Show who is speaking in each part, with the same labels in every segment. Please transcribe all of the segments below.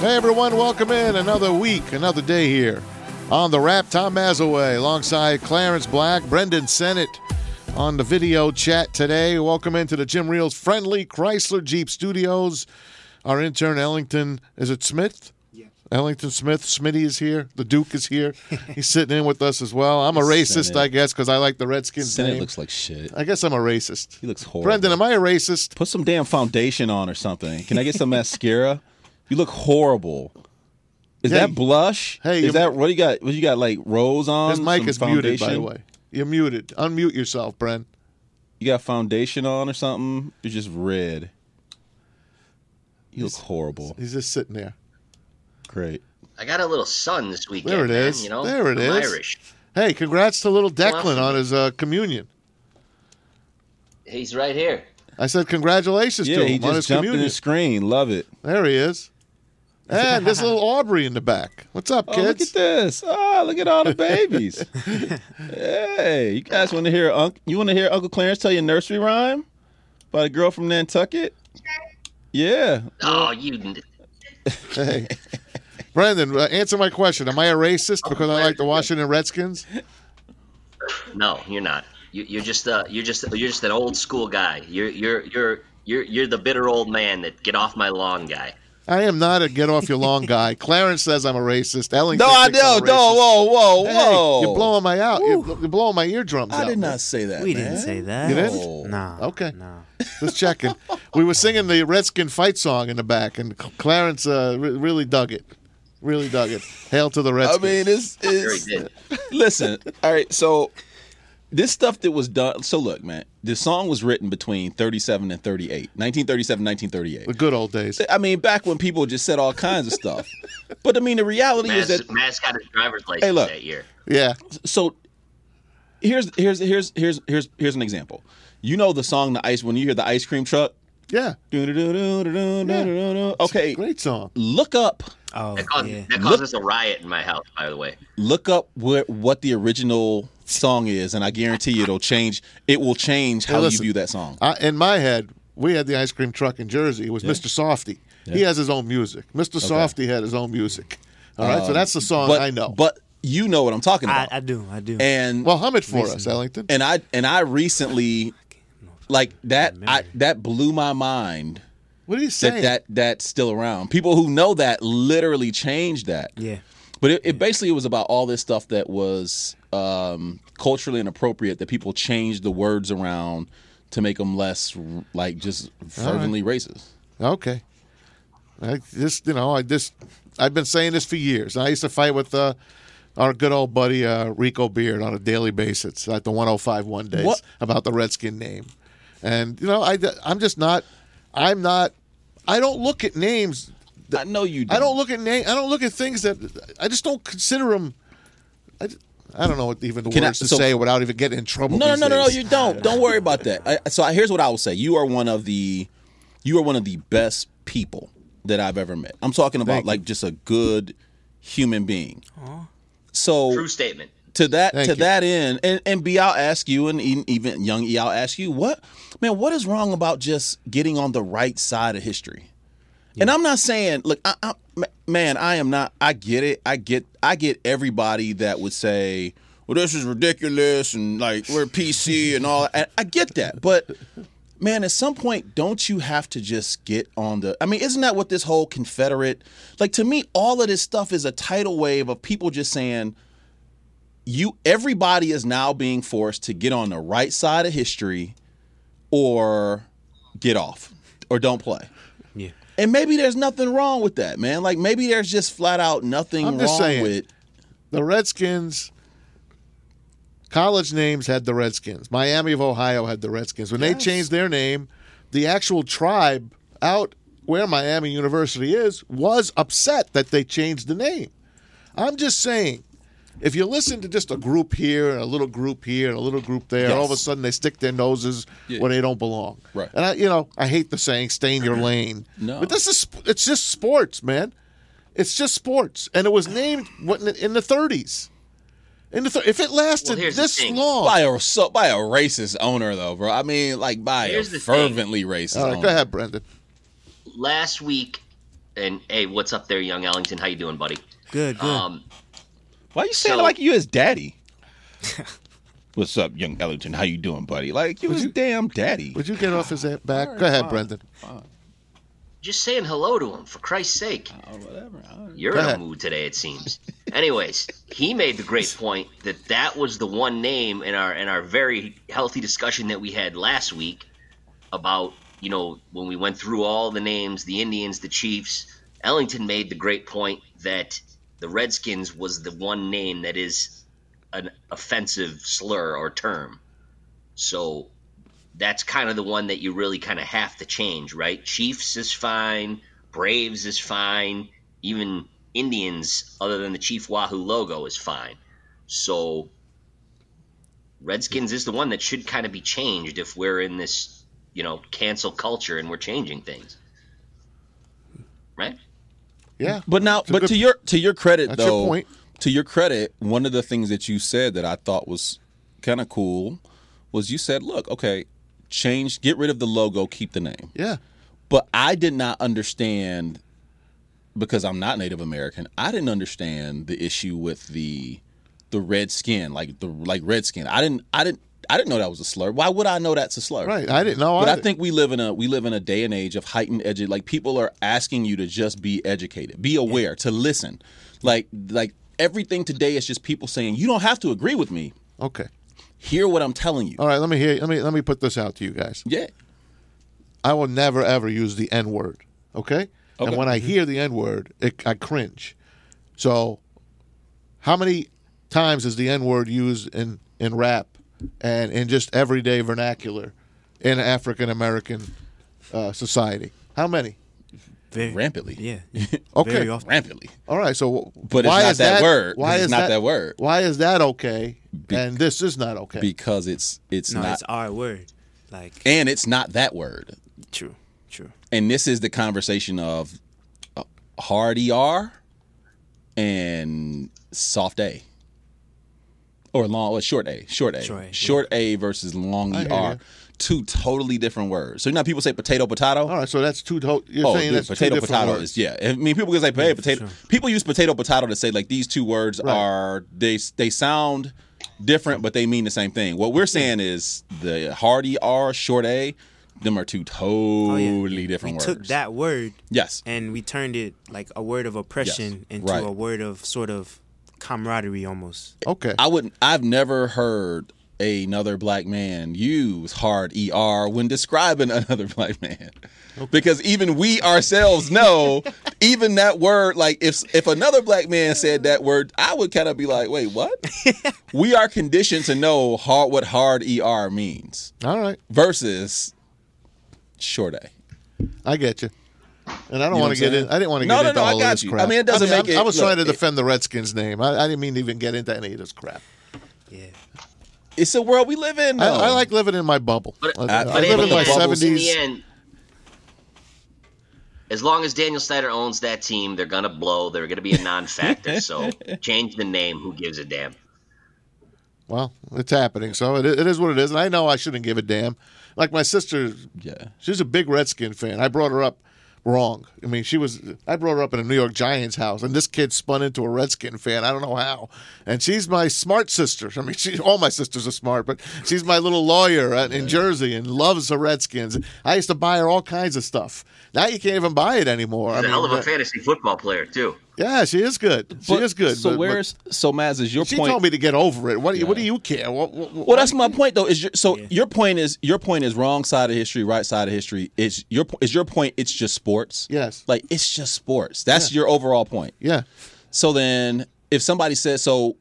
Speaker 1: Hey everyone, welcome in another week, another day here on the wrap. Tom Mazaway alongside Clarence Black, Brendan Sennett on the video chat today. Welcome into the Jim Reels friendly Chrysler Jeep Studios. Our intern Ellington, is it Smith?
Speaker 2: Yes.
Speaker 1: Ellington Smith, Smitty is here. The Duke is here. He's sitting in with us as well. I'm a racist,
Speaker 3: Sennett.
Speaker 1: I guess, because I like the Redskins
Speaker 3: Senate
Speaker 1: name.
Speaker 3: looks like shit.
Speaker 1: I guess I'm a racist.
Speaker 3: He looks horrible.
Speaker 1: Brendan, am I a racist?
Speaker 3: put some damn foundation on or something. Can I get some mascara? You look horrible. Is
Speaker 1: Hey.
Speaker 3: that blush?
Speaker 1: Hey, you-
Speaker 3: is that what do you got? What do you got? Like rose on?
Speaker 1: His mic
Speaker 3: Some
Speaker 1: is muted, by the
Speaker 3: foundation?
Speaker 1: way. You're muted. Unmute yourself, Bren.
Speaker 3: You got foundation on or something? You're just red. You look horrible.
Speaker 1: He's just sitting there.
Speaker 3: Great.
Speaker 4: I got a little sun this weekend.
Speaker 1: There it
Speaker 4: man,
Speaker 1: is.
Speaker 4: You know,
Speaker 1: There it
Speaker 4: I'm
Speaker 1: is.
Speaker 4: Irish.
Speaker 1: Hey, congrats to little Declan
Speaker 4: Awesome.
Speaker 1: on his uh, communion.
Speaker 4: He's right here.
Speaker 1: I said congratulations
Speaker 3: Yeah,
Speaker 1: to
Speaker 3: he
Speaker 1: him on his
Speaker 3: just jumped in
Speaker 1: communion.
Speaker 3: the screen. Love it.
Speaker 1: There he is. And there's little Aubrey in the back. What's up,
Speaker 3: Oh, look at
Speaker 1: kids?
Speaker 3: this. Ah, look at all the babies. hey, you guys want to hear Unc- you want to hear Uncle Clarence tell you a nursery rhyme by the girl from Nantucket? Yeah.
Speaker 4: Oh, you.
Speaker 1: hey. Brandon, uh, answer my question. Am I a racist because I like the Washington Redskins?
Speaker 4: No, you're not. You, you're just uh, you're just you're just an old school guy. You're you're you're you're you're the bitter old man that get off my lawn guy.
Speaker 1: I am not a get off your lawn guy. Clarence says I'm a racist. Ellington
Speaker 3: No, I
Speaker 1: thinks
Speaker 3: know.
Speaker 1: I'm a
Speaker 3: No,
Speaker 1: racist.
Speaker 3: whoa, whoa,
Speaker 1: Hey,
Speaker 3: whoa.
Speaker 1: you're blowing my out. You're, you're blowing my eardrums out.
Speaker 3: I did not say that.
Speaker 2: We
Speaker 3: man. Oh,
Speaker 2: didn't say that.
Speaker 1: You didn't?
Speaker 2: No.
Speaker 1: Okay.
Speaker 2: No.
Speaker 1: Just checking. we were singing the Redskin fight song in the back, and Cl- Clarence uh, re- really dug it. Really dug it. Hail to the
Speaker 3: I
Speaker 1: Redskins.
Speaker 3: mean, it's,
Speaker 4: Sure he
Speaker 3: it's
Speaker 4: did.
Speaker 3: listen. All right, so this stuff that was done. So look, man, the song was written between 37 and 38, 1937,
Speaker 1: the
Speaker 3: 1938.
Speaker 1: good old days.
Speaker 3: I mean, back when people just said all kinds of stuff. But I mean, the reality
Speaker 4: Mass,
Speaker 3: is that
Speaker 4: Mass got his driver's license
Speaker 3: Hey, look.
Speaker 4: that year.
Speaker 1: Yeah.
Speaker 3: so here's here's here's here's here's here's an example. You know the song the ice when you hear the ice cream truck.
Speaker 1: Yeah.
Speaker 3: doo-doo-doo-doo-doo-doo-doo-doo. Okay,
Speaker 1: Great song.
Speaker 3: look up
Speaker 2: Oh,
Speaker 4: That caused,
Speaker 2: yeah.
Speaker 4: that caused us a riot in my house, by the way.
Speaker 3: look up what what the original song is, and I guarantee you it'll change. It will change how
Speaker 1: listen.
Speaker 3: you view that song.
Speaker 1: I, in my head, we had the ice cream truck in Jersey. It was Mr. Softy. He has his own music. Mr. Softy had his own music. All right. so that's the song
Speaker 3: Um, But
Speaker 1: Uh, I know.
Speaker 3: but you know what I'm talking
Speaker 2: I,
Speaker 3: about.
Speaker 2: I do. I do.
Speaker 3: and
Speaker 1: well, hum it for us, Ellington.
Speaker 3: and I and I recently like that I
Speaker 2: Remember.
Speaker 3: that blew my mind
Speaker 1: what are you
Speaker 3: that
Speaker 1: saying?
Speaker 3: that that's still around. People who know that literally changed that.
Speaker 2: yeah.
Speaker 3: But it, it basically was about all this stuff that was um, culturally inappropriate that people changed the words around to make them less like just fervently racist.
Speaker 1: Okay. I just you know I just I've been saying this for years. I used to fight with uh, our good old buddy uh, Rico Beard on a daily basis at the 105.1 days
Speaker 3: What?
Speaker 1: about the Redskin name, and you know I I'm just not I'm not I don't look at names.
Speaker 3: I know you. do
Speaker 1: I don't look at name. I don't look at things that I just don't consider them. I, just- I don't know what even the
Speaker 3: Can I-
Speaker 1: words to
Speaker 3: so-
Speaker 1: say without even getting in trouble.
Speaker 3: No, no,
Speaker 1: these
Speaker 3: no, no, no.
Speaker 1: days.
Speaker 3: You don't. Don't worry about that. I, so I, here's what I will say. You are one of the, you are one of the best people that I've ever met. I'm talking about like just a good human being. So
Speaker 4: True statement.
Speaker 3: to that
Speaker 1: Thank
Speaker 3: to
Speaker 1: you.
Speaker 3: that end, and and B, I'll ask you, and even, even young E, I'll ask you, what man, what is wrong about just getting on the right side of history? And I'm not saying, look, I, I, ma- man, I am not. I get it. I get. I get everybody that would say, "Well, this is ridiculous," and like we're PC and all. And I get that, but man, at some point, don't you have to just get on the? I mean, isn't that what this whole Confederate? Like to me, all of this stuff is a tidal wave of people just saying, you everybody is now being forced to get on the right side of history or get off or don't play.
Speaker 2: Yeah.
Speaker 3: And maybe there's nothing wrong with that, man. Like maybe there's just flat out nothing
Speaker 1: I'm just
Speaker 3: wrong
Speaker 1: saying.
Speaker 3: with
Speaker 1: the Redskins. College names had the Redskins. Miami of Ohio had the Redskins. When they changed their name, the actual tribe out where Miami University is was upset that they changed the name. I'm just saying, if you listen to just a group here and a little group here and a little group there, all of a
Speaker 3: Yes.
Speaker 1: sudden they stick their noses where they don't belong.
Speaker 3: Right. Mm-hmm.
Speaker 1: And I, you know, I hate the saying "stain your lane,"
Speaker 3: No.
Speaker 1: but this is it's just sports, man. It's just sports, and it was named what, in the 30s. In the thir- if it lasted
Speaker 4: here's the
Speaker 1: this
Speaker 4: thing.
Speaker 1: long,
Speaker 3: by a so, by a racist owner though, bro. I mean, like by
Speaker 4: Here's
Speaker 3: a
Speaker 4: the thing.
Speaker 3: fervently racist
Speaker 1: all right,
Speaker 3: owner.
Speaker 1: go ahead, Brendan.
Speaker 4: Last week, and hey, what's up there, young Ellington? How you doing, buddy?
Speaker 2: Good, good.
Speaker 4: Um,
Speaker 3: Why you saying
Speaker 4: So-
Speaker 3: like you his daddy? What's up, young Ellington? How you doing, buddy? Like you was damn daddy.
Speaker 1: Would you get off his a- back? Go ahead, Brendan.
Speaker 4: just saying hello to him for Christ's sake.
Speaker 3: Oh, whatever. I don't-
Speaker 4: You're
Speaker 1: Go
Speaker 4: in a
Speaker 1: ahead.
Speaker 4: mood today, it seems. Anyways, he made the great point that that was the one name in our in our very healthy discussion that we had last week about you know when we went through all the names, the Indians, the Chiefs. Ellington made the great point that the Redskins was the one name that is an offensive slur or term. So that's kind of the one that you really kind of have to change, right? Chiefs is fine, Braves is fine, even Indians, other than the Chief Wahoo logo, is fine. So Redskins is the one that should kind of be changed if we're in this, you know, cancel culture and we're changing things, right?
Speaker 1: Yeah.
Speaker 3: But now, but to your to your credit
Speaker 1: That's your
Speaker 3: though,
Speaker 1: point.
Speaker 3: to your credit, one of the things that you said that I thought was kind of cool was you said, "Look, okay, change, get rid of the logo, keep the name."
Speaker 1: Yeah.
Speaker 3: But I did not understand because I'm not Native American. I didn't understand the issue with the the red skin, like the like red skin. I didn't I didn't I didn't know that was a slur. Why would I know that's a slur?
Speaker 1: Right. I didn't know.
Speaker 3: But I
Speaker 1: either.
Speaker 3: think we live in a we live in a day and age of heightened edu like people are asking you to just be educated, be aware, to listen. Like like everything today is just people saying you don't have to agree with me.
Speaker 1: Okay.
Speaker 3: Hear what I'm telling you.
Speaker 2: Oh.
Speaker 1: All right. Let me hear. Let me let me put this out to you guys.
Speaker 3: yeah.
Speaker 1: I will never ever use the N word. Okay? And
Speaker 3: Okay. Mm-hmm.
Speaker 1: when I hear the N word, it I cringe. So, how many times is the N word used in in rap and in just everyday vernacular in African American uh, society? How many?
Speaker 2: Very-
Speaker 3: Rampantly.
Speaker 2: Yeah.
Speaker 1: Okay.
Speaker 2: Very often.
Speaker 3: Rampantly.
Speaker 1: All right. So,
Speaker 3: But it's
Speaker 1: why
Speaker 3: not
Speaker 1: is
Speaker 3: that word, 'cause it's not that word.
Speaker 1: Why is that okay? and this is not okay.
Speaker 3: Because it's it's
Speaker 2: No,
Speaker 3: not
Speaker 2: it's our word. Like
Speaker 3: and it's not that word.
Speaker 2: true, true.
Speaker 3: And this is the conversation of uh, hard ER and soft A. Or long or short A. Short A.
Speaker 2: Short A, yeah.
Speaker 3: A versus long
Speaker 1: I hear
Speaker 3: ER.
Speaker 1: you.
Speaker 3: Two totally different words. So you know how people say potato potato?
Speaker 1: All right. So that's two. To- Oh, you're
Speaker 3: Oh,
Speaker 1: saying
Speaker 3: dude,
Speaker 1: that's
Speaker 3: potato
Speaker 1: two different
Speaker 3: potato
Speaker 1: words.
Speaker 3: is yeah. I mean, people can say potato potato.
Speaker 2: sure.
Speaker 3: People use potato potato to say like these two words
Speaker 1: Right.
Speaker 3: are they they sound different, but they mean the same thing. What we're saying is the hard er, short a, them are two
Speaker 2: Oh,
Speaker 3: totally
Speaker 2: yeah.
Speaker 3: different
Speaker 2: we
Speaker 3: words.
Speaker 2: took that word
Speaker 3: Yes,
Speaker 2: and we turned it like a word of oppression into
Speaker 3: right.
Speaker 2: a word of sort of camaraderie almost.
Speaker 1: Okay.
Speaker 3: I wouldn't. I've never heard another black man use hard er when describing another black man because even we ourselves know even that word like if if another black man said that word i would kind of be like wait what we are conditioned to know hard what hard er means
Speaker 1: All right.
Speaker 3: versus short a
Speaker 1: I get you. And I don't
Speaker 3: know
Speaker 1: want
Speaker 3: what
Speaker 1: to get
Speaker 3: I'm
Speaker 1: in.
Speaker 3: saying?
Speaker 1: I didn't want to
Speaker 3: No,
Speaker 1: get
Speaker 3: no,
Speaker 1: into
Speaker 3: no, I
Speaker 1: all
Speaker 3: got
Speaker 1: of this
Speaker 3: you.
Speaker 1: crap.
Speaker 3: I mean, it doesn't
Speaker 1: I'm-
Speaker 3: make it-
Speaker 1: I was
Speaker 3: look,
Speaker 1: trying to
Speaker 3: it-
Speaker 1: defend the Redskins' name. I, I didn't mean to even get into any of this crap.
Speaker 2: Yeah.
Speaker 3: it's the world we live in though.
Speaker 1: I, I like living in my bubble.
Speaker 4: But-
Speaker 1: I, I
Speaker 3: but
Speaker 1: live in
Speaker 3: the
Speaker 1: my
Speaker 3: bubbles
Speaker 4: in the
Speaker 1: seventies.
Speaker 4: end, as long as Daniel Snyder owns that team, they're gonna blow. They're gonna be a non-factor. so change the name. Who gives a damn?
Speaker 1: Well, it's happening, so it, it is what it is. And I know I shouldn't give a damn. Like my sister,
Speaker 3: yeah
Speaker 1: she's a big Redskin fan. I brought her up wrong. I mean, she was. I brought her up in a New York Giants house, and this kid spun into a Redskin fan. I don't know how. And she's my smart sister. I mean, she all my sisters are smart, but she's my little lawyer at, in Jersey and loves the Redskins. I used to buy her all kinds of stuff. Now you can't even buy it anymore. I
Speaker 4: He's a hell of a
Speaker 1: but-
Speaker 4: fantasy football player too.
Speaker 1: yeah, she is good. She
Speaker 3: But-
Speaker 1: is good.
Speaker 3: so
Speaker 1: but- but
Speaker 3: where's so maz is your
Speaker 1: she
Speaker 3: point
Speaker 1: told me to get over it. What do you, what do you care? What, what, what-
Speaker 3: Well, that's my point though. Is your, so your point is your point is wrong side of history, right side of history. It's your po- is your point. It's just sports.
Speaker 1: Yes.
Speaker 3: like it's just sports. That's your overall point.
Speaker 1: yeah.
Speaker 3: So then, if somebody says so,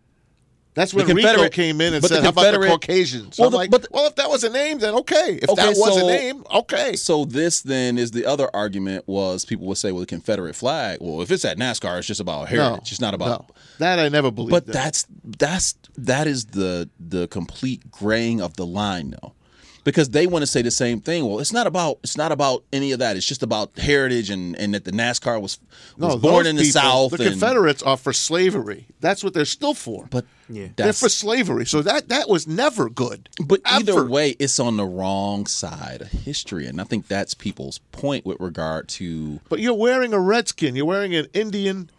Speaker 1: That's when
Speaker 3: The
Speaker 1: Rico
Speaker 3: Confederate-
Speaker 1: came in and
Speaker 3: but the
Speaker 1: said, "How about the
Speaker 3: Confederate-
Speaker 1: Caucasians?"
Speaker 3: Well,
Speaker 1: I'm
Speaker 3: the-
Speaker 1: like,
Speaker 3: but the-
Speaker 1: "Well, if that was a name, then okay. If
Speaker 3: Okay,
Speaker 1: that was a
Speaker 3: so-
Speaker 1: name, okay."
Speaker 3: so this then is the other argument was people would say, well, the Confederate flag. Well, if it's at NASCAR, it's just about heritage. it's not about.
Speaker 1: no. that. I never believed.
Speaker 3: But
Speaker 1: that.
Speaker 3: that's that's that is the the complete graying of the line though. because they want to say the same thing. Well, it's not about it's not about any of that. It's just about heritage and and that the NASCAR was, was born
Speaker 1: those
Speaker 3: in the
Speaker 1: people,
Speaker 3: South.
Speaker 1: The
Speaker 3: and-
Speaker 1: Confederates are for slavery. That's what they're still for.
Speaker 3: but
Speaker 2: Yeah.
Speaker 1: they're
Speaker 3: that's
Speaker 1: for slavery. So that that was never good.
Speaker 3: But either
Speaker 1: Ever.
Speaker 3: way, it's on the wrong side of history, and I think that's people's point with regard to
Speaker 1: But you're wearing a redskin. You're wearing an Indian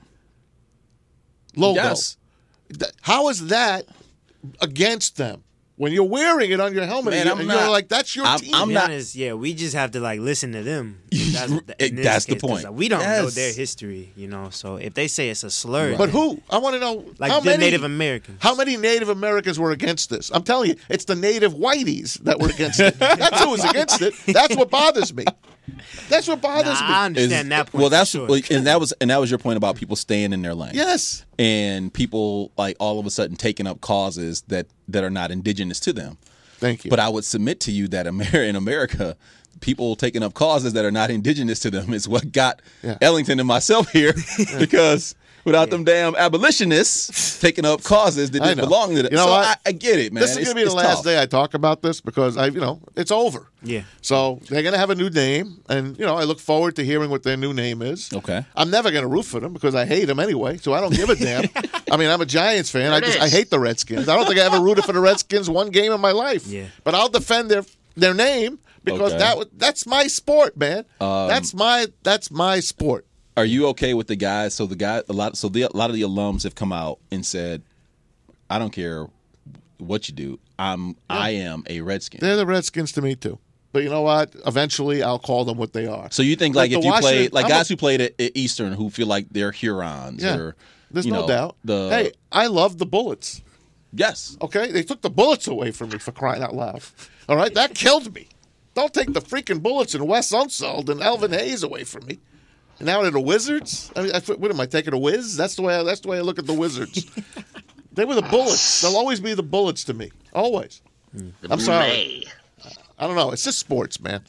Speaker 1: logo.
Speaker 3: Yes.
Speaker 1: Th- How is that against them? When you're wearing it on your helmet,
Speaker 3: Man,
Speaker 1: and
Speaker 3: I'm
Speaker 1: you're, and you're
Speaker 3: not-
Speaker 1: like, "That's your
Speaker 3: I'm-
Speaker 1: team."
Speaker 3: I'm
Speaker 2: I'm
Speaker 3: not-
Speaker 2: honest, yeah, we just have to like listen to them.
Speaker 3: It-
Speaker 2: in this
Speaker 3: that's the
Speaker 2: 'cause,
Speaker 3: point.
Speaker 2: like, we don't know
Speaker 3: Yes.
Speaker 2: their history, you know. So if they say it's a slur,
Speaker 1: but
Speaker 2: then-
Speaker 1: who? I want to know
Speaker 2: Like
Speaker 1: how
Speaker 2: the
Speaker 1: many
Speaker 2: Native Americans.
Speaker 1: How many Native Americans were against this? I'm telling you, it's the Native whiteys that were against it. That's who was against it. That's what bothers me. That's what
Speaker 2: Nah,
Speaker 1: bothers
Speaker 2: I
Speaker 1: me.
Speaker 3: is-
Speaker 2: understand that point.
Speaker 3: well, that's
Speaker 2: for sure.
Speaker 3: well, and that was and that was your point about people staying in their lane.
Speaker 1: Yes.
Speaker 3: and people like all of a sudden taking up causes that that are not indigenous to them.
Speaker 1: Thank you.
Speaker 3: But I would submit to you that Amer- in America, people taking up causes that are not indigenous to them is what got
Speaker 1: Yeah.
Speaker 3: Ellington and myself here because without them damn abolitionists taking up causes that
Speaker 1: I
Speaker 3: didn't
Speaker 1: know.
Speaker 3: belong to them.
Speaker 1: You know
Speaker 3: so
Speaker 1: what?
Speaker 3: I, I get it, man.
Speaker 1: this is
Speaker 3: It's-
Speaker 1: going to be the
Speaker 3: it's
Speaker 1: last
Speaker 3: tough.
Speaker 1: day I talk about this because I, you know, it's over.
Speaker 2: Yeah.
Speaker 1: So they're going to have a new name, and you know, I look forward to hearing what their new name is.
Speaker 3: Okay.
Speaker 1: I'm never going to root for them because I hate them anyway, so I don't give a damn. I mean, I'm a Giants fan. I
Speaker 4: There it
Speaker 1: just
Speaker 4: is.
Speaker 1: I hate the Redskins. I don't think I ever rooted for the Redskins one game in my life.
Speaker 2: Yeah.
Speaker 1: But I'll defend their their name because
Speaker 3: Okay. Um,
Speaker 1: that that that's my sport, man. that's my that's my sport.
Speaker 3: Are you okay with the guys? So the guy, a lot, so the, a lot of the alums have come out and said, "I don't care what you do. I'm, I am a Redskin."
Speaker 1: They're the Redskins to me too. But you know what? Eventually, I'll call them what they are.
Speaker 3: So you think like,
Speaker 1: Like the
Speaker 3: if you play
Speaker 1: Washington-
Speaker 3: like
Speaker 1: I'm
Speaker 3: guys
Speaker 1: a-
Speaker 3: who played at, at Eastern who feel like they're Hurons
Speaker 1: Yeah.
Speaker 3: or
Speaker 1: There's
Speaker 3: you
Speaker 1: no
Speaker 3: know,
Speaker 1: doubt.
Speaker 3: the
Speaker 1: hey, I love the bullets.
Speaker 3: yes
Speaker 1: Okay, they took the bullets away from me for crying out loud. All right, that killed me. Don't take the freaking bullets and Wes Unseld and Alvin Hayes away from me. And now they're the Wizards. I mean, I, what am I taking a whiz? That's the way. I, that's the way I look at the Wizards. they were the bullets. They'll always be the bullets to me. Always.
Speaker 4: The
Speaker 1: I'm sorry.
Speaker 4: May.
Speaker 1: I don't know. It's just sports, man.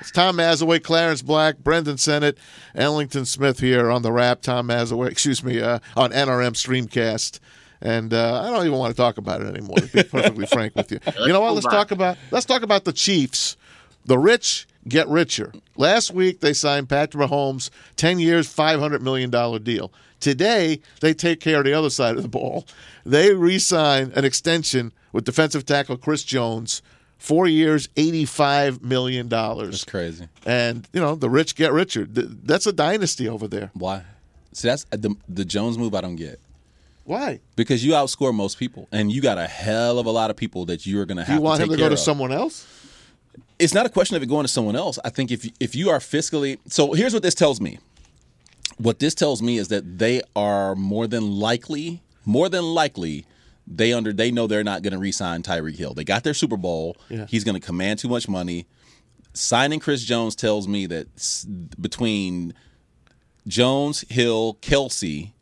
Speaker 1: It's Tom Mazaway, Clarence Black, Brendan Sennett, Ellington Smith here on the wrap. Tom Mazaway, excuse me, uh, on NRM Streamcast. And uh, I don't even want to talk about it anymore. To be perfectly frank with you, you know what?
Speaker 4: move
Speaker 1: Let's
Speaker 4: on.
Speaker 1: talk about let's talk about the Chiefs. The rich get richer. Last week they signed Patrick Mahomes, ten years, five hundred million dollar deal. Today they take care of the other side of the ball. They re-sign an extension with defensive tackle Chris Jones, four years, eighty-five million dollars.
Speaker 3: it's crazy
Speaker 1: And you know the rich get richer. Th- That's a dynasty over there.
Speaker 3: why see that's the the Jones move I don't get
Speaker 1: Why?
Speaker 3: because you outscore most people and you got a hell of a lot of people that you are going to
Speaker 1: Do
Speaker 3: have
Speaker 1: you want
Speaker 3: to
Speaker 1: him
Speaker 3: take
Speaker 1: to
Speaker 3: care
Speaker 1: go to
Speaker 3: of.
Speaker 1: someone else?
Speaker 3: it's not a question of it going to someone else. I think if if you are fiscally so, here's what this tells me. What this tells me is that they are more than likely, more than likely, they under they know they're not going to re-sign Tyreek Hill. They got their Super Bowl.
Speaker 1: Yeah.
Speaker 3: He's going to command too much money. Signing Chris Jones tells me that s- between Jones, Hill, Kelsey,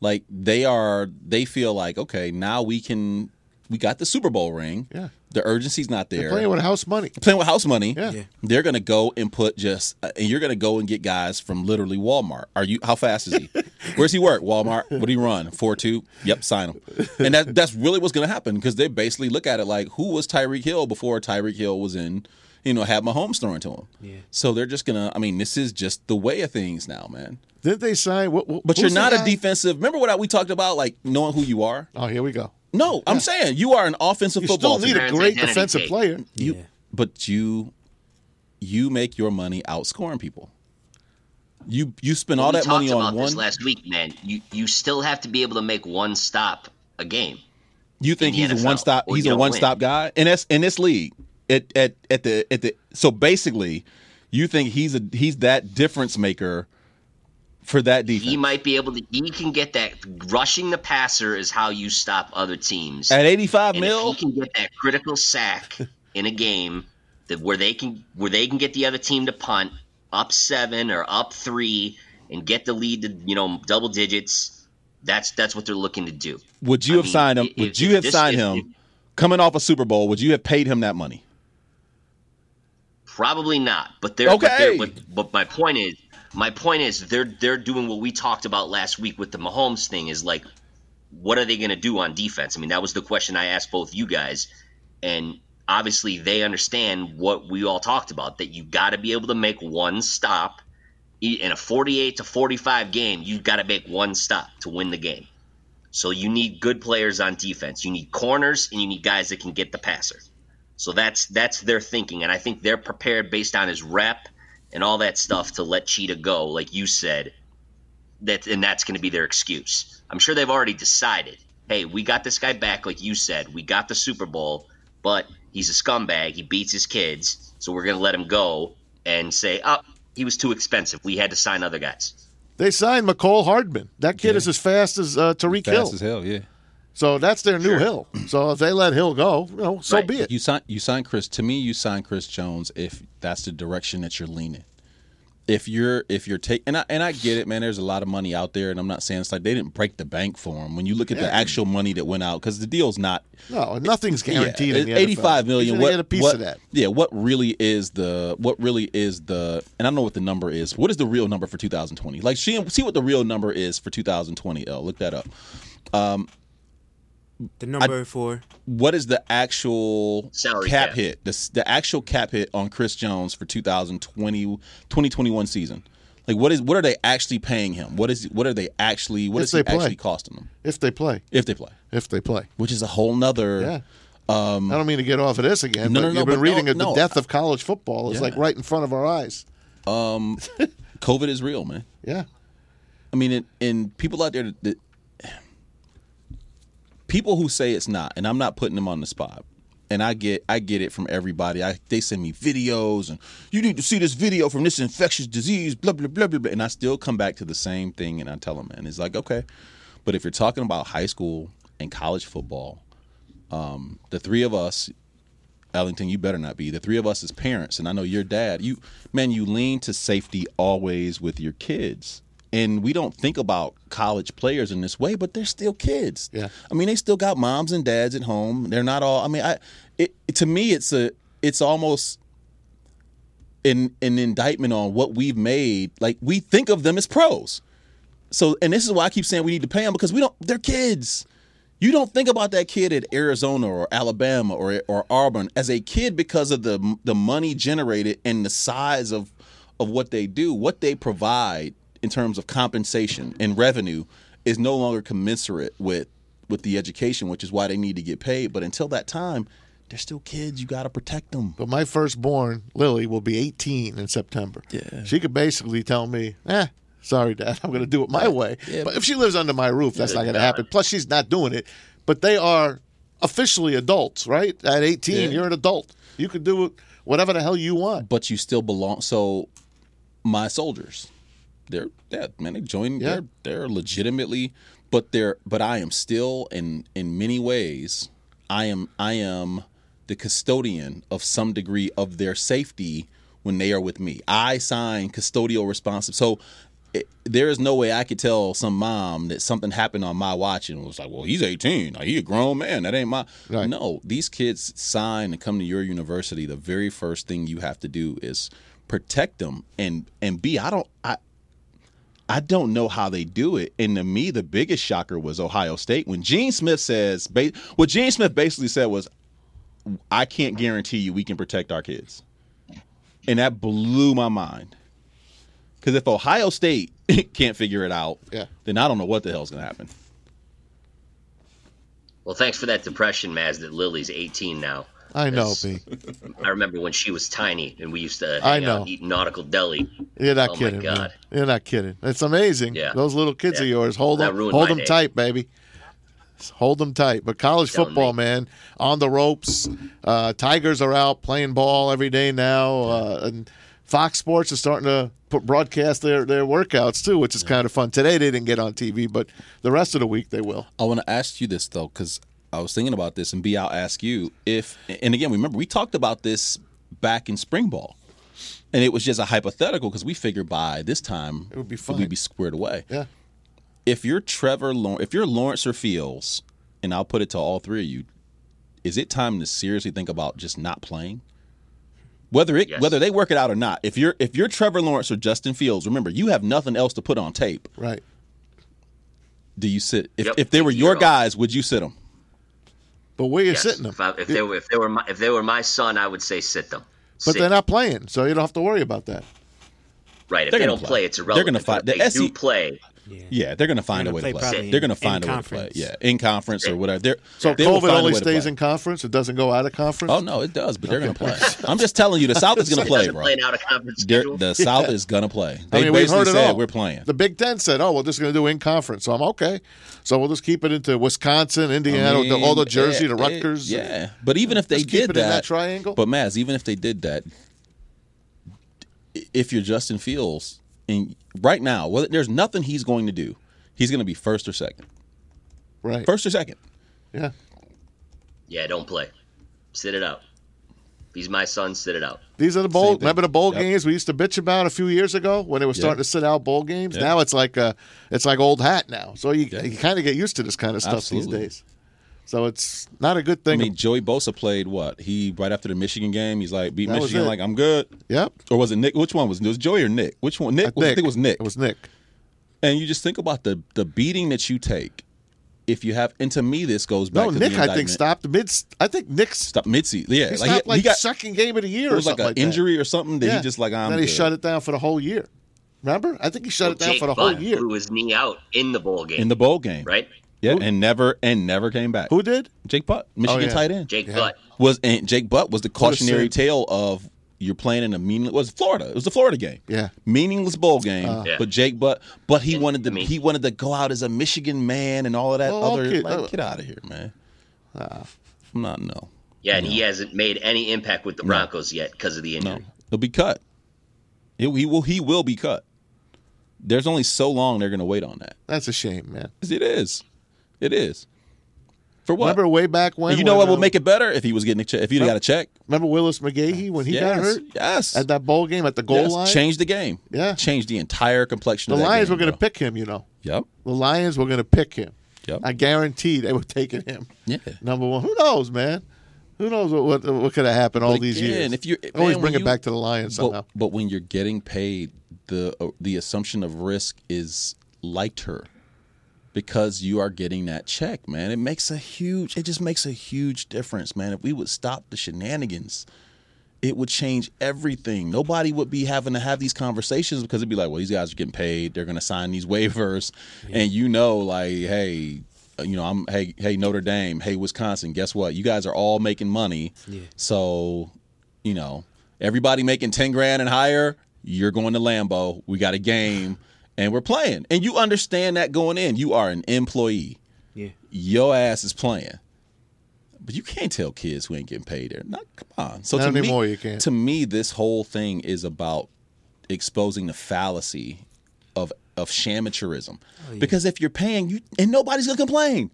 Speaker 3: like they are, they feel like okay, now we can. We got the Super Bowl ring.
Speaker 1: Yeah.
Speaker 3: The urgency's not there
Speaker 1: Playing with house money.
Speaker 3: playing with house money.
Speaker 1: Yeah.
Speaker 2: Yeah.
Speaker 3: They're gonna go and put just, uh, and you're gonna go and get guys from literally Walmart. Are you? How fast is he? Where's he work? Walmart. What do he run? Four two. Yep, sign him. And that that's really what's gonna happen because they basically look at it like, who was Tyreek Hill before Tyreek Hill was in, you know, had Mahomes thrown to him.
Speaker 2: Yeah.
Speaker 3: So they're just gonna. I mean, this is just the way of things now, man.
Speaker 1: Did they sign? What, what-
Speaker 3: But
Speaker 1: who's
Speaker 3: you're
Speaker 1: the
Speaker 3: not a
Speaker 1: guy?
Speaker 3: defensive. Remember what I, we talked about, like knowing who you are.
Speaker 1: Oh, here we go.
Speaker 3: No, I'm saying you are an offensive
Speaker 1: You
Speaker 3: football.
Speaker 1: still need
Speaker 3: team.
Speaker 1: a
Speaker 4: Man's
Speaker 1: great
Speaker 4: identity
Speaker 1: defensive
Speaker 4: tape.
Speaker 1: player.
Speaker 3: You,
Speaker 2: Yeah.
Speaker 3: but you, you make your money outscoring people. You you spend all
Speaker 4: we
Speaker 3: that money
Speaker 4: talked
Speaker 3: on
Speaker 4: about
Speaker 3: one.
Speaker 4: this last week, man. You you still have to be able to make one stop a game.
Speaker 3: you think
Speaker 4: in the
Speaker 3: he's a
Speaker 4: NFL,
Speaker 3: one stop?
Speaker 4: or
Speaker 3: He's
Speaker 4: you
Speaker 3: a
Speaker 4: don't
Speaker 3: one stop guy, and that's in this league. At at at the at the so basically, you think he's a he's that difference maker for that
Speaker 4: He
Speaker 3: defense.
Speaker 4: might be able to. He can get that rushing the passer is how you stop other teams.
Speaker 3: At eighty five
Speaker 4: and
Speaker 3: mil,
Speaker 4: if he can get that critical sack in a game that where they can where they can get the other team to punt up seven or up three and get the lead to you know double digits. That's that's what they're looking to do.
Speaker 3: would you
Speaker 4: I
Speaker 3: have
Speaker 4: mean,
Speaker 3: signed him?
Speaker 4: if-
Speaker 3: Would
Speaker 4: if
Speaker 3: you have
Speaker 4: this-
Speaker 3: signed
Speaker 4: if-
Speaker 3: him
Speaker 4: if-
Speaker 3: coming off a Super Bowl? Would you have paid him that money?
Speaker 4: Probably not. But they're But,
Speaker 3: Okay.
Speaker 4: they're but, but my point is, my point is, they're they're doing what we talked about last week with the Mahomes thing. Is like, what are they going to do on defense? I mean, that was the question I asked both you guys, and obviously they understand what we all talked about that you got to be able to make one stop E, in a 48 to 45 game you got to make one stop to win the game so you need good players on defense you need corners and you need guys that can get the passer so that's that's their thinking and i think they're prepared based on his rep and all that stuff to let cheetah go like you said that and that's going to be their excuse i'm sure they've already decided hey we got this guy back like you said we got the super bowl but he's a scumbag. He beats his kids, so we're going to let him go and say, oh, he was too expensive. We had to sign other guys.
Speaker 1: They signed McCall Hardman. That kid is as fast as uh, Tariq
Speaker 5: Fast
Speaker 1: Hill.
Speaker 5: as hell, yeah.
Speaker 1: So that's their new
Speaker 4: Sure.
Speaker 1: Hill. So if they let Hill go, you know, so
Speaker 4: Right.
Speaker 1: be it.
Speaker 3: You sign you sign Chris to me you sign Chris Jones if that's the direction that you're leaning. If you're if you're taking and I and I get it man there's a lot of money out there and I'm not saying it's like they didn't break the bank for him when you look at the actual money that went out cuz the deal's not
Speaker 1: No, nothing's guaranteed. in the NFL.
Speaker 3: Eighty-five million.
Speaker 1: He's gonna
Speaker 3: What,
Speaker 1: get a piece
Speaker 3: what-
Speaker 1: of that?
Speaker 3: Yeah. What really is the? What really is the? And I don't know what the number is. What is the real number for 2020? Like, see, see what the real number is for 2020. L. Look that up.
Speaker 2: The number for
Speaker 3: What is the actual
Speaker 4: Salary
Speaker 3: cap,
Speaker 4: cap.
Speaker 3: hit? The, s- the actual cap hit on Chris Jones for 2020 2021 season. Like, what is? What are they actually paying him? What is? What are they actually? What
Speaker 1: If
Speaker 3: is he
Speaker 1: they play.
Speaker 3: actually costing them
Speaker 1: If they play,
Speaker 3: if they play?
Speaker 1: if they play.
Speaker 3: Which is a whole nother.
Speaker 1: Yeah. I don't mean to get off of this again,
Speaker 3: Um, No,
Speaker 1: but
Speaker 3: no, no,
Speaker 1: you've been
Speaker 3: but
Speaker 1: reading
Speaker 3: no,
Speaker 1: of the
Speaker 3: no.
Speaker 1: death of college football. It's
Speaker 3: Yeah.
Speaker 1: like right in front of our eyes.
Speaker 3: COVID is real, man.
Speaker 1: Yeah.
Speaker 3: I mean, and, and people out there that people who say it's not, and I'm not putting them on the spot. And I get I get it from everybody. I they send me videos and you need to see this video from this infectious disease, blah blah blah blah blah. And I still come back to the same thing and I tell them, and it's like, okay. But if you're talking about high school and college football, um, the three of us, Ellington, you better not be. The three of us as parents, and I know your dad, you man, you lean to safety always with your kids. And we don't think about college players in this way, but they're still kids.
Speaker 1: Yeah.
Speaker 3: I mean, they still got moms and dads at home. They're not all I mean, I it to me it's a it's almost an an indictment on what we've made. Like we think of them as pros. So and this is why I keep saying we need to pay them because we don't they're kids. You don't think about that kid at Arizona or Alabama or or Auburn as a kid because of the the money generated and the size of of what they do, what they provide in terms of compensation and revenue is no longer commensurate with with the education, which is why they need to get paid. But until that time, they're still kids. You got to protect them.
Speaker 1: But my firstborn, Lily, will be 18 in September. Yeah. She could basically tell me, eh, sorry, Dad, I'm going to do it my way. But if she lives under my roof, that's not going to happen. Plus, she's not doing it. But they are officially adults, right? At 18,
Speaker 3: Yeah.
Speaker 1: you're an adult. You can do whatever the hell you want.
Speaker 3: But you still belong. So my soldiers, they're yeah, man, they joined.
Speaker 1: Yeah.
Speaker 3: They're they're legitimately, but they're but I am still in in many ways. I am I am the custodian of some degree of their safety when they are with me. I sign custodial responsibility. So it, there is no way I could tell some mom that something happened on my watch and was like, "Well, he's 18. Like, he a grown man. That ain't my."
Speaker 1: Right.
Speaker 3: No, these kids sign and come to your university. The very first thing you have to do is protect them and and be. I don't. I I don't know how they do it. And to me, the biggest shocker was Ohio State when Gene Smith says, ba- what Gene Smith basically said was, I can't guarantee you we can protect our kids. And that blew my mind. Because if Ohio State can't figure it out,
Speaker 1: Yeah.
Speaker 3: then I don't know what the hell's going to happen.
Speaker 4: Well, thanks for that depression, Maz. That Lily's 18 now.
Speaker 1: I know,
Speaker 4: That's-
Speaker 1: B.
Speaker 4: I remember when she was tiny and we used to
Speaker 1: I
Speaker 4: hang out
Speaker 1: know.
Speaker 4: and eat Nautical Deli.
Speaker 1: You're not
Speaker 4: Oh, my
Speaker 1: kidding. man.
Speaker 4: God.
Speaker 1: You're not kidding. It's amazing.
Speaker 4: Yeah.
Speaker 1: Those little kids
Speaker 4: Yeah.
Speaker 1: of yours, hold
Speaker 4: That
Speaker 1: them,
Speaker 4: ruined
Speaker 1: hold
Speaker 4: my
Speaker 1: them
Speaker 4: day.
Speaker 1: tight, baby. Hold them tight. But college
Speaker 4: Telling
Speaker 1: football,
Speaker 4: me.
Speaker 1: man, on the ropes. Uh, Tigers are out playing ball every day now, uh, and Fox Sports is starting to put broadcast their their workouts too, which is kind of fun. Today they didn't get on TV, but the rest of the week they will.
Speaker 3: I want to ask you this though, because I was thinking about this, and B, I'll ask you if. And again, remember we talked about this back in spring ball, and it was just a hypothetical because we figured by this time it
Speaker 1: would be fine.
Speaker 3: We'd be squared away.
Speaker 1: Yeah.
Speaker 3: If you're Trevor, Law- if you're Lawrence or Fields, and I'll put it to all three of you, is it time to seriously think about just not playing? Whether it
Speaker 4: Yes.
Speaker 3: whether they work it out or not, if you're if you're Trevor Lawrence or Justin Fields, remember you have nothing else to put on tape.
Speaker 1: Right.
Speaker 3: Do you sit if
Speaker 4: Yep.
Speaker 3: if they were
Speaker 4: Zero.
Speaker 3: your guys, would you sit them?
Speaker 1: But where you're
Speaker 4: Yes.
Speaker 1: sitting them.
Speaker 4: If, I, if they were if they were my, if they were my son, I would say sit them.
Speaker 1: But
Speaker 4: Sit.
Speaker 1: they're not playing, so you don't have to worry about that.
Speaker 4: right. If
Speaker 3: they're
Speaker 4: they
Speaker 3: gonna
Speaker 4: don't
Speaker 3: play.
Speaker 4: play. it's
Speaker 3: They're
Speaker 4: irrelevant.
Speaker 3: gonna fight. The E
Speaker 4: If they do
Speaker 3: SC
Speaker 4: play.
Speaker 3: Yeah, they're going to find a
Speaker 2: They're
Speaker 3: way
Speaker 2: gonna
Speaker 3: to
Speaker 2: play
Speaker 3: play.
Speaker 2: probably
Speaker 3: They're going to
Speaker 2: in-
Speaker 3: find
Speaker 2: in
Speaker 3: a way to play.
Speaker 2: conference.
Speaker 3: Yeah, in conference or whatever. They're,
Speaker 1: So
Speaker 3: they will
Speaker 1: COVID
Speaker 3: find a
Speaker 1: only
Speaker 3: way to
Speaker 1: stays
Speaker 3: play.
Speaker 1: in conference. It doesn't go out of conference.
Speaker 3: Oh no, it does, but they're going to play. I'm just telling you, the South is going to play,
Speaker 4: Doesn't
Speaker 3: bro.
Speaker 4: play now to conference
Speaker 3: They're-
Speaker 4: schedule.
Speaker 3: the South is going to play.
Speaker 1: I
Speaker 3: They
Speaker 1: mean, we've
Speaker 3: basically
Speaker 1: heard it
Speaker 3: said
Speaker 1: all.
Speaker 3: we're playing.
Speaker 1: The Big Ten said, "Oh, we're just going to do in conference." So I'm okay. So we'll just keep it into Wisconsin, Indiana,
Speaker 3: I
Speaker 1: the, all the
Speaker 3: mean,
Speaker 1: Jersey,
Speaker 3: eh,
Speaker 1: the
Speaker 3: eh,
Speaker 1: Rutgers.
Speaker 3: yeah, but even if they
Speaker 1: Just keep
Speaker 3: did
Speaker 1: it in that
Speaker 3: that
Speaker 1: triangle.
Speaker 3: But Maz, even if they did that, i- if you're Justin Fields, and right now, well, there's nothing he's going to do. He's going to be first or second,
Speaker 1: right.
Speaker 3: first or second.
Speaker 1: Yeah,
Speaker 4: Yeah, don't play. Sit it out. If he's my son, sit it out.
Speaker 1: these are the bowl.
Speaker 3: Same thing.
Speaker 1: Remember the bowl
Speaker 3: Yep.
Speaker 1: games we used to bitch about a few years ago when they were starting to sit out bowl games.
Speaker 3: Yep.
Speaker 1: Now it's like uh, it's like old hat now. So you,
Speaker 3: Yeah.
Speaker 1: you kind of get used to this kind of stuff
Speaker 3: Absolutely.
Speaker 1: these days. So it's not a good
Speaker 3: I
Speaker 1: thing.
Speaker 3: mean, Joey Bosa played what? He right after the Michigan game, he's like beat
Speaker 1: That was
Speaker 3: Michigan,
Speaker 1: it.
Speaker 3: like I'm good.
Speaker 1: yep.
Speaker 3: Or was it Nick? Which one was it? Was it Joey or Nick? Which one? Nick. was- I think it was Nick.
Speaker 1: It was Uh, Nick.
Speaker 3: and you just think about the the beating that you take if you have. And to me, this goes back.
Speaker 1: No,
Speaker 3: to
Speaker 1: Nick.
Speaker 3: The
Speaker 1: I think
Speaker 3: indictment.
Speaker 1: stopped mid. I think Nick's
Speaker 3: Stop midseason. Yeah,
Speaker 1: He
Speaker 3: like he,
Speaker 1: stopped like
Speaker 3: he got
Speaker 1: second game of the year
Speaker 3: it was
Speaker 1: or
Speaker 3: like
Speaker 1: something
Speaker 3: an
Speaker 1: like that.
Speaker 3: injury or something that
Speaker 1: Yeah.
Speaker 3: he just like I'm.
Speaker 1: then he
Speaker 3: good.
Speaker 1: shut it down for the whole year. Remember? I think he shut it down
Speaker 4: Jake
Speaker 1: for the whole
Speaker 4: Butt
Speaker 1: year.
Speaker 4: blew his knee out in the bowl game.
Speaker 3: in the bowl game,
Speaker 4: right?
Speaker 3: Yeah, and never and never came back.
Speaker 1: Who did?
Speaker 3: Jake Butt, Michigan
Speaker 1: yeah.
Speaker 3: tight end,
Speaker 4: Jake
Speaker 1: Yeah.
Speaker 4: Butt.
Speaker 3: was and Jake Butt was the cautionary
Speaker 1: said-
Speaker 3: tale of you're playing in a meaningless. Was Florida? It was the Florida game.
Speaker 1: Yeah. Uh,
Speaker 3: meaningless bowl game.
Speaker 4: Yeah.
Speaker 3: But Jake Butt, but he
Speaker 4: And,
Speaker 3: wanted to
Speaker 4: I mean-
Speaker 3: he wanted to go out as a Michigan man and all of that
Speaker 1: Oh,
Speaker 3: other.
Speaker 1: okay. uh.
Speaker 3: like,
Speaker 1: Oh.
Speaker 3: get out of here, man. I'm not no.
Speaker 4: Yeah, and he hasn't made any impact with the Broncos yet because of the
Speaker 3: No,
Speaker 4: injury.
Speaker 3: he'll be cut. He, he will. He will be cut. There's only so long they're going to wait on that.
Speaker 1: That's a shame, man.
Speaker 3: It is. It is. For what?
Speaker 1: Remember way back when?
Speaker 3: And you know
Speaker 1: when,
Speaker 3: what will
Speaker 1: uh,
Speaker 3: make it better if he was getting a check. If he got a check,
Speaker 1: Remember Willis McGahee when he got
Speaker 3: Yes.
Speaker 1: hurt
Speaker 3: Yes.
Speaker 1: at that bowl game at the goal
Speaker 3: yes.
Speaker 1: line?
Speaker 3: Change the game.
Speaker 1: Yeah.
Speaker 3: Change the entire complexion.
Speaker 1: the
Speaker 3: of that
Speaker 1: Lions
Speaker 3: game,
Speaker 1: were going to
Speaker 3: bro.
Speaker 1: pick him. You know,
Speaker 3: Yep.
Speaker 1: the Lions were going to pick him.
Speaker 3: Yep.
Speaker 1: I guarantee they were taking him.
Speaker 3: Yeah.
Speaker 1: Number one. Who knows, man? Who knows what what, what could have happened all these
Speaker 3: again,
Speaker 1: years?
Speaker 3: if you-
Speaker 1: They always
Speaker 3: man,
Speaker 1: bring
Speaker 3: when
Speaker 1: it
Speaker 3: you-
Speaker 1: back to the Lions somehow.
Speaker 3: But, but when you're getting paid, the uh, the assumption of risk is lighter because you are getting that check, man. It makes a huge. It just makes a huge difference, man. If we would stop the shenanigans. It would change everything. Nobody would be having to have these conversations because it'd be like, well, these guys are getting paid. They're going to sign these waivers, and you know, like, hey, uh, you know, I'm hey, hey, Notre Dame, hey, Wisconsin. Guess what? You guys are all making money.
Speaker 2: Yeah.
Speaker 3: So, you know, everybody making 10 grand and higher, you're going to Lambo. We got a game and we're playing. And you understand that going in. You are an employee.
Speaker 2: Yeah.
Speaker 3: Your ass is playing. But you can't tell kids who ain't getting paid there. Not come on. So
Speaker 1: Not
Speaker 3: to
Speaker 1: anymore,
Speaker 3: me,
Speaker 1: you can't.
Speaker 3: To me, this whole thing is about exposing the fallacy of of shamateurism. Because if you're paying, you and nobody's gonna complain.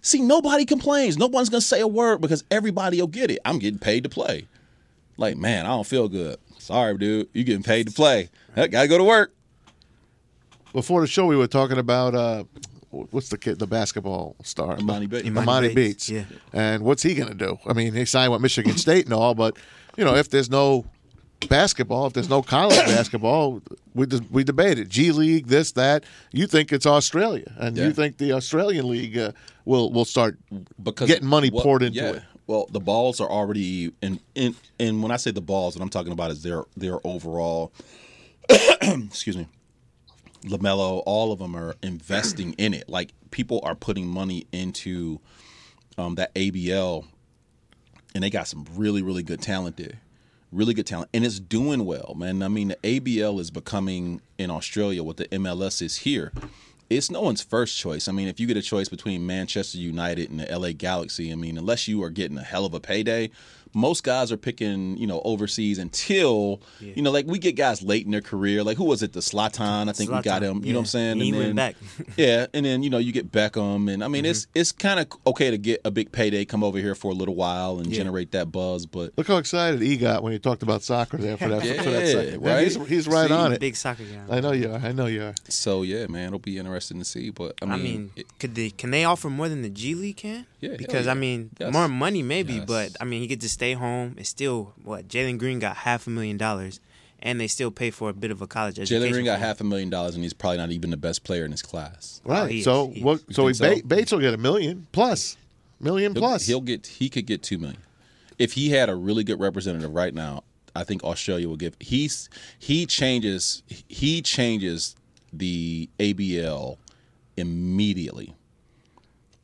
Speaker 3: See, nobody complains. No one's gonna say a word because everybody will get it. I'm getting paid to play. Like, man, I don't feel good. Sorry, dude. You getting paid to play. I gotta go to work.
Speaker 1: Before the show, we were talking about uh, what's the kid, the basketball star,
Speaker 3: Imani Bates.
Speaker 1: Imani,
Speaker 2: Imani
Speaker 1: Bates.
Speaker 2: Bates, yeah.
Speaker 1: And what's he going to do? I mean, he signed with Michigan State and all, but you know, if there's no basketball, if there's no college basketball, we dis- we debated G League, this, that. You think it's Australia, and
Speaker 3: Yeah.
Speaker 1: you think the Australian league uh, will will start
Speaker 3: because
Speaker 1: getting money
Speaker 3: what-
Speaker 1: poured into
Speaker 3: yeah.
Speaker 1: it.
Speaker 3: Well, the balls are already in, in and when I say the balls, what I'm talking about is their their overall excuse me. LaMelo, all of them are investing in it. Like people are putting money into um, that ABL and they got some really, really good talent there. Really good talent. And it's doing well, man. I mean, the ABL is becoming in Australia what the MLS is here. It's no one's first choice. I mean, if you get a choice between Manchester United and the LA Galaxy, I mean, unless you are getting a hell of a payday, most guys are picking, you know, overseas until, you know, like we get guys late in their career. Like, who was it? The Slatan, I think we got
Speaker 2: Zlatan,
Speaker 3: him. You
Speaker 2: yeah.
Speaker 3: know what I'm saying?
Speaker 2: And he
Speaker 3: And
Speaker 2: went
Speaker 3: then-
Speaker 2: back.
Speaker 3: yeah, and then you know you get Beckham, and I mean it's
Speaker 2: Mm-hmm.
Speaker 3: it's kind of okay to get a big payday, come over here for a little while and
Speaker 2: Yeah.
Speaker 3: generate that buzz, but
Speaker 1: Look how excited he got when he talked about soccer there for that, for that
Speaker 3: Yeah,
Speaker 1: second.
Speaker 3: right?
Speaker 1: He's, he's right
Speaker 3: See,
Speaker 1: on it.
Speaker 2: Big soccer guy.
Speaker 1: I know you are. I know you are.
Speaker 3: so yeah, man, it'll be interesting to see. But I mean,
Speaker 2: I mean,
Speaker 3: it-
Speaker 2: could they can they offer more than the G League can?
Speaker 3: Yeah, hell
Speaker 2: because
Speaker 3: yeah.
Speaker 2: I mean,
Speaker 3: Yes.
Speaker 2: more money maybe,
Speaker 3: Yes.
Speaker 2: but I mean, he gets to stay home. It's still what Jalen Green got half a million dollars, and they still pay for a bit of a college education.
Speaker 3: Jalen Green got
Speaker 2: for him.
Speaker 3: half a million dollars, and he's probably not even the best player in his class.
Speaker 1: Right.
Speaker 2: he is.
Speaker 1: so
Speaker 2: He is.
Speaker 1: what? So, he
Speaker 3: think so?
Speaker 1: Ba- Bates will get a million plus. million
Speaker 3: He'll-
Speaker 1: plus.
Speaker 3: He'll get he could get two million. If he had a really good representative right now, I think Australia will give he's he changes he changes the ABL immediately.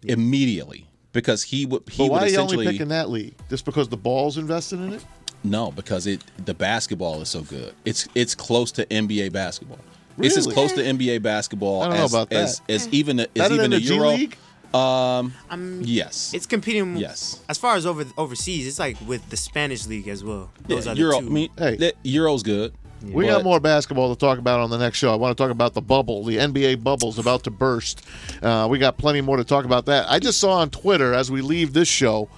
Speaker 3: Immediately. Because he would he
Speaker 1: but why
Speaker 3: would
Speaker 1: are you only
Speaker 3: essentially
Speaker 1: picking that league? Just because the ball's invested in it?
Speaker 3: No, because it the basketball is so good. It's it's close to NBA basketball. It's as
Speaker 1: Really?
Speaker 3: close to
Speaker 2: Eh.
Speaker 3: NBA basketball
Speaker 1: I don't know
Speaker 3: as,
Speaker 1: about that.
Speaker 3: as as even the- as
Speaker 1: Better
Speaker 3: even
Speaker 1: than the
Speaker 3: the
Speaker 1: G
Speaker 3: Euro.
Speaker 1: League?
Speaker 2: I'm,
Speaker 3: Yes.
Speaker 2: It's competing.
Speaker 3: Yes.
Speaker 2: As far as over overseas, it's like with the Spanish league as well. Those
Speaker 3: yeah,
Speaker 2: are
Speaker 3: Euro.
Speaker 2: the
Speaker 3: I
Speaker 2: two.
Speaker 3: mean,
Speaker 1: Hey.
Speaker 3: the Euro's good.
Speaker 1: We got
Speaker 3: But-
Speaker 1: more basketball to talk about on the next show. I want to talk about the bubble. The NBA bubble's about to burst. Uh, we got plenty more to talk about that. I just saw on Twitter as we leave this show,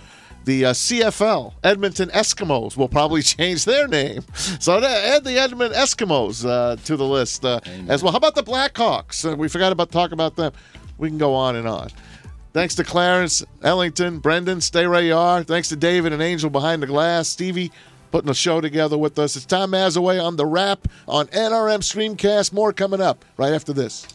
Speaker 1: the uh, CFL Edmonton Eskimos will probably change their name. So to add the Edmonton Eskimos uh, to the list uh, as well. How about the Blackhawks? Uh, we forgot about talk about them. We can go on and on. Thanks to Clarence, Ellington, Brendan, Stay Ray R. Thanks to David and Angel behind the glass, Stevie putting the show together with us. It's Tom Mazaway on the wrap on NRM Streamcast. More coming up right after this.